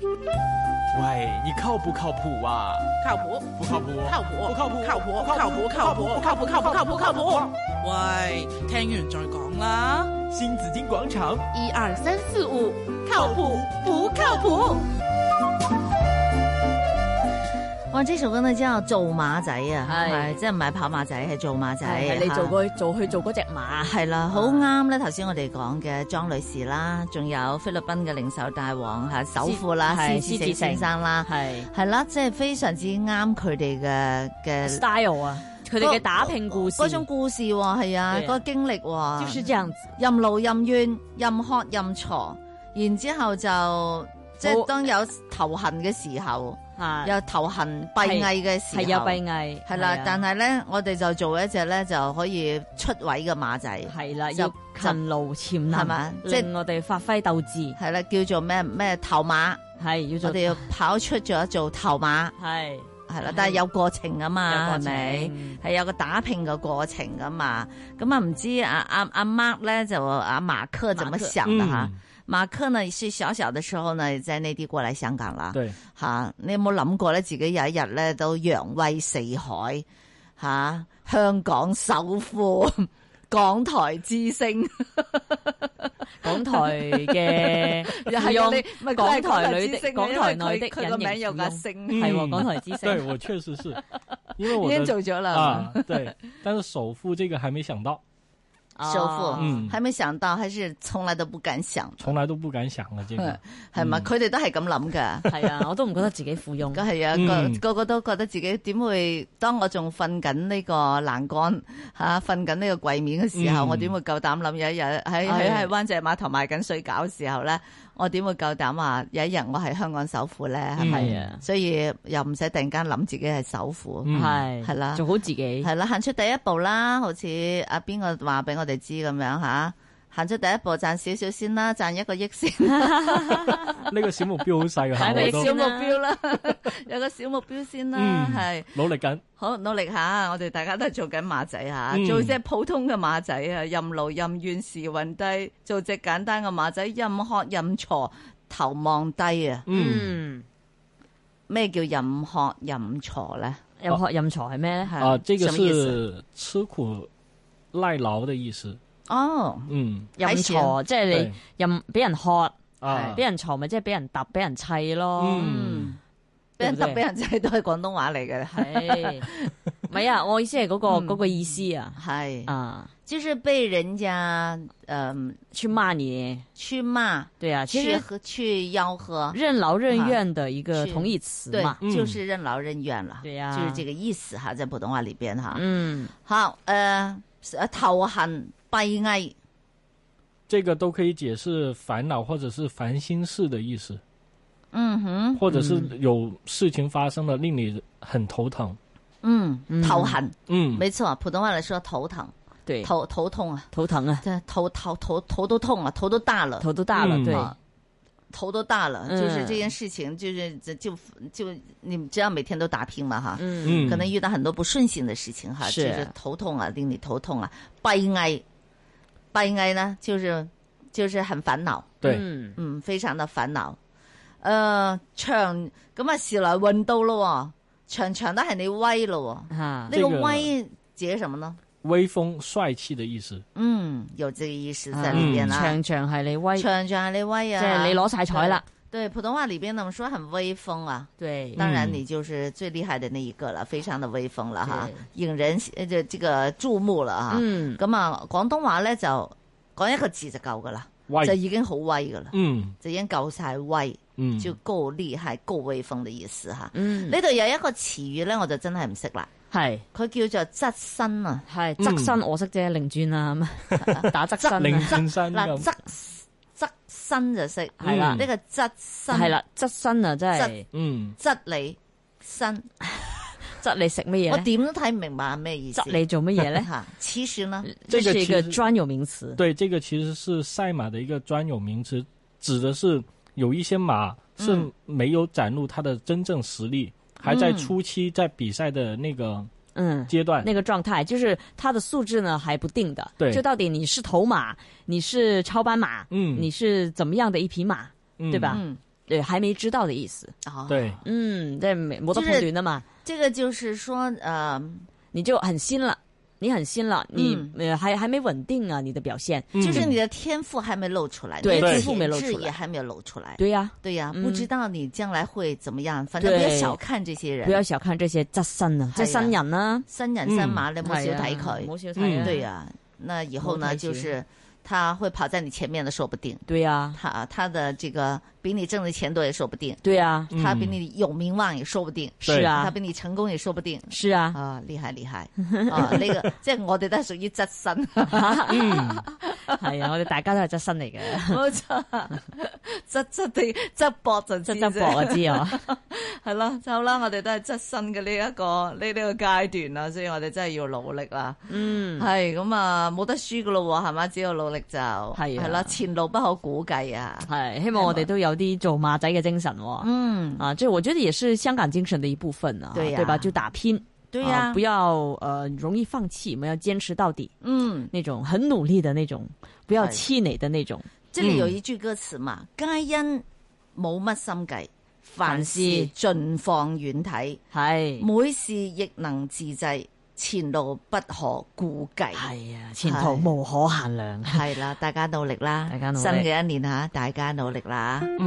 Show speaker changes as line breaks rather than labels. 喂，你靠不靠谱啊？
靠谱，
不靠谱，
靠谱，
不靠谱，
靠谱，靠谱，靠谱，靠谱，靠谱，靠谱，靠谱。喂，聽完再講啦。
新紫金广场，
一二三四五，靠谱不靠谱？哇！呢首歌呢叫做馬仔啊，
係
係即係唔係跑馬仔，係做馬仔。
係你
嚇
做過做去做嗰只馬，
係啦，好啱咧。頭先我哋講嘅莊女士啦，仲有菲律賓嘅零售大王嚇首富啦，
係施
施志成
志成
先生啦，
係
係啦，即係非常之啱佢哋嘅嘅
style 啊，佢哋嘅打拼故事，
嗰種故事喎，係啊，
對啊
嗰個經歷
就
喎
是，這樣子，
任勞任怨，任喝任坐，然之後就即係
冇
當有頭痕嘅時候，
啊，
有頭痕閉翳嘅時
係有
候，
閉翳，啊
係啦。但係咧，我哋就做一隻咧就可以出位嘅馬仔。
係啦，
就
要勤勞潛
係嘛
能，
即係
令我哋發揮鬥志，
係啦，叫做咩咩頭馬，
係要
我
做
哋要跑出咗做頭馬，
係
係啦，但係有過程噶嘛，
嗯有過
係
程
咪？係有個打拼嘅過程噶嘛，咁啊唔知阿阿阿 Mark 咧就阿馬克怎麼想的
嗯
哈？馬克呢是小小的時候呢，在內地過嚟香港
嗯
啦，
對，
吓、你有冇諗過咧？自己有一日咧都揚威四海，吓、香港首富，港台之星，
港台嘅
又
附
係
庸
你唔係
港台
之
女的
星
港台女的
因為佢佢個
隱
名
形
有
附
架
庸
星。
係喎，
嗯
港台之
对
星，
我确实是，因为
已
我
经
的
做咗啦，
啊，对，但是首付这个还没想到，
哦
首富，
嗯
还没哦想到，还是从来都不敢想，
从来都不敢想啊，这个
系咪？
嗯
佢哋都系咁諗噶，
係啊，我都唔覺得自己附庸，
咁係啊，
嗯
個個個都覺得自己點會？當我仲瞓緊呢個欄杆吓，瞓緊呢個櫃面嘅時候，
嗯
我點會夠膽諗有一日喺喺喺灣仔碼頭賣緊水餃嘅時候咧，我點會夠膽話有一日我係香港首富
嗯
咧？係咪？
係啊，
所以又唔使突然間諗自己係首富，
嗯
係
係啦
做好自己，
係啦，行出第一步啦，好似阿邊個話俾我哋知咁樣吓，行出第一步賺少少先啦，賺一個億先。
呢个小目标好 细嘅，
係
我
咪
都
小目標啦， 有個小目標先啦，
嗯
係、
努力紧，
好努力下，我哋大家都係做緊馬仔吓，
嗯
做只普通嘅馬仔啊，任勞任怨時運低，做只簡單嘅馬仔，任喝任坐，頭望低啊！
嗯。
嗯，
咩叫任喝任坐咧？
任
哦
學任才係咩咧？
嗯
啊，这个
什麼意思
是吃苦耐劳的意思。
哦，
嗯
任
睇啊少
鋤，即係
對
你任俾人喝，
啊
俾，人鋤咪即係俾人揼，俾人砌
哦
咯。
嗯，
俾人
對
揼
唔對
俾人仔都係廣東話嚟嘅，
係，唔係啊？我意思係嗰個
嗯
嗰個意思啊，
係，
啊，
就是被人家嗯、
去罵你，
去罵，
對啊，其
去
實
和去吆喝，
任勞任怨的一
啊
個
是
同義詞
对
嘛，，
嗯
就是任劳任怨了，
對呀
就是這個意思哈，在普通話裏邊哈。
嗯，
好，呃，頭痕閉翳，
这个都可以解释烦恼或者是烦心事的意思，
嗯哼，
或者是有事情发生了令你很头疼。
嗯，
嗯
頭痕，
嗯，
沒錯，普通話來說頭疼，
對，
頭頭痛啊，
頭疼啊，
這頭頭頭頭都痛啊，頭都大了，
頭都大了，
嗯
對，
啊頭都大了，
嗯
就是這件事情，就是就就就你们知道每天都打拼嘛哈，
嗯，
嗯，
可能遇到很多不順心的事情哈，
是
就是頭痛啊，令你頭痛啊，閉翳，閉翳呢就是就是很煩惱。
对，
嗯
嗯，非常的煩惱。诶、長呃咁啊，時來運到咯喎，長長都係你威咯
嚇
喎。呢、個
呢個
威指什麼呢？
威風帥氣的意思。
嗯，有這個意
啊
思在裏
嗯
啊邊啦、
長長係你嗯威，即
長長係你威啊，
係你攞晒彩啦，
對。對，普通話裏邊呢，我們說很威風啊。
對，
當然，你就是最厲害的那一個了，非常的威風了哈
對，
引人呃這這個注目了啊。
嗯，
咁啊，廣東話咧就講一個字就夠噶啦，就
威，
已經好威噶啦，
嗯
就已經夠晒威。
嗯，
就夠厲害、高威風的意思吓。
嗯，
呢度有一個詞語咧，我就真係唔識啦。
係
佢叫做側身啊，
係側身我識啫，零轉啊，咁打側
嗯
身
令
啊，
先生
嗱
咁。
側側身就識，
係
啦
呢個側身
嗯係啦，側身啊，真係
側
嗯，
側你身，
側你食乜嘢
我
呢？
點都睇唔明白係咩意思。
側你做乜嘢 咧？
吓，此時呢，
这
这个
是一个
其实
专有名词。
对，这个其实是赛马的一个专有名词，指的是有一些马是
嗯
没有展露它的真正实力，还在初期在比赛的那个
嗯，
阶段。
那个状态就是它的素质呢还不定的。
对
就到底你是头马，你是超班马，
嗯
你是怎么样的一匹马，
嗯
对吧？
嗯，
对还没知道的意思。
啊，
对，
嗯，即系没冇得
就是
判斷啊嘛，
这个就是说，呃，
你就很新了，你很新了，你
嗯
呃还还没稳定啊，你的表现。
嗯
就是你的天赋还没露出来，
对
你的
天
赋没露出来
潜质也还没有露出来。
对呀、
对呀，
嗯
不知道你将来会怎么样，反正不
对
要小看这些
不要
人，
小看这些側身啊，
係啊
即係新人啦、
新人新馬，你唔好少
係啊
睇
唔
佢。
好少睇啊，
嗯
對呀，那以后
唔好
呢，
太小
就是他会跑在你前面的，说不定。
对呀，
他他的这个比你挣的钱多也说不定，
对呀，
嗯
他比你有名望也说不定，
對
啊是
他
啊，
比你成功也說不定。
是 啊，
啊，厲害厲害！啊，呢個 即係我哋都係屬於側 身，
嗯
係啊，我哋大家都係側身嚟嘅，
冇錯，側側地側膊就知
側側膊我知 啊，
係咯，就啦，我哋都係側身嘅呢一個呢呢個階段啊啦，所以我哋真係要努力啦。
嗯，
係咁啊，冇得輸噶咯喎，係嘛？只要努力就係
啊
啦，前路不可估計啊。
係希望我哋都有啲做馬仔嘅精神喎。
嗯，
啊，这我觉得也是香港精神的一部分啊，
对呀
吧？就打拼，
對
啊
呀
不，要呃容易放弃，我们要坚持到底，
嗯。
那种很努力的那种，不要
是
气馁的那种。
即係有一句歌詞嘛，皆因冇乜心計，凡
凡
事
事
盡放遠睇，
系
每事亦能自制，前路不可估計。
系啊，前
是
途無可限量。啊
係啦，大家努力啦，
大家努力
啊新嘅一年吓，大家努力啦。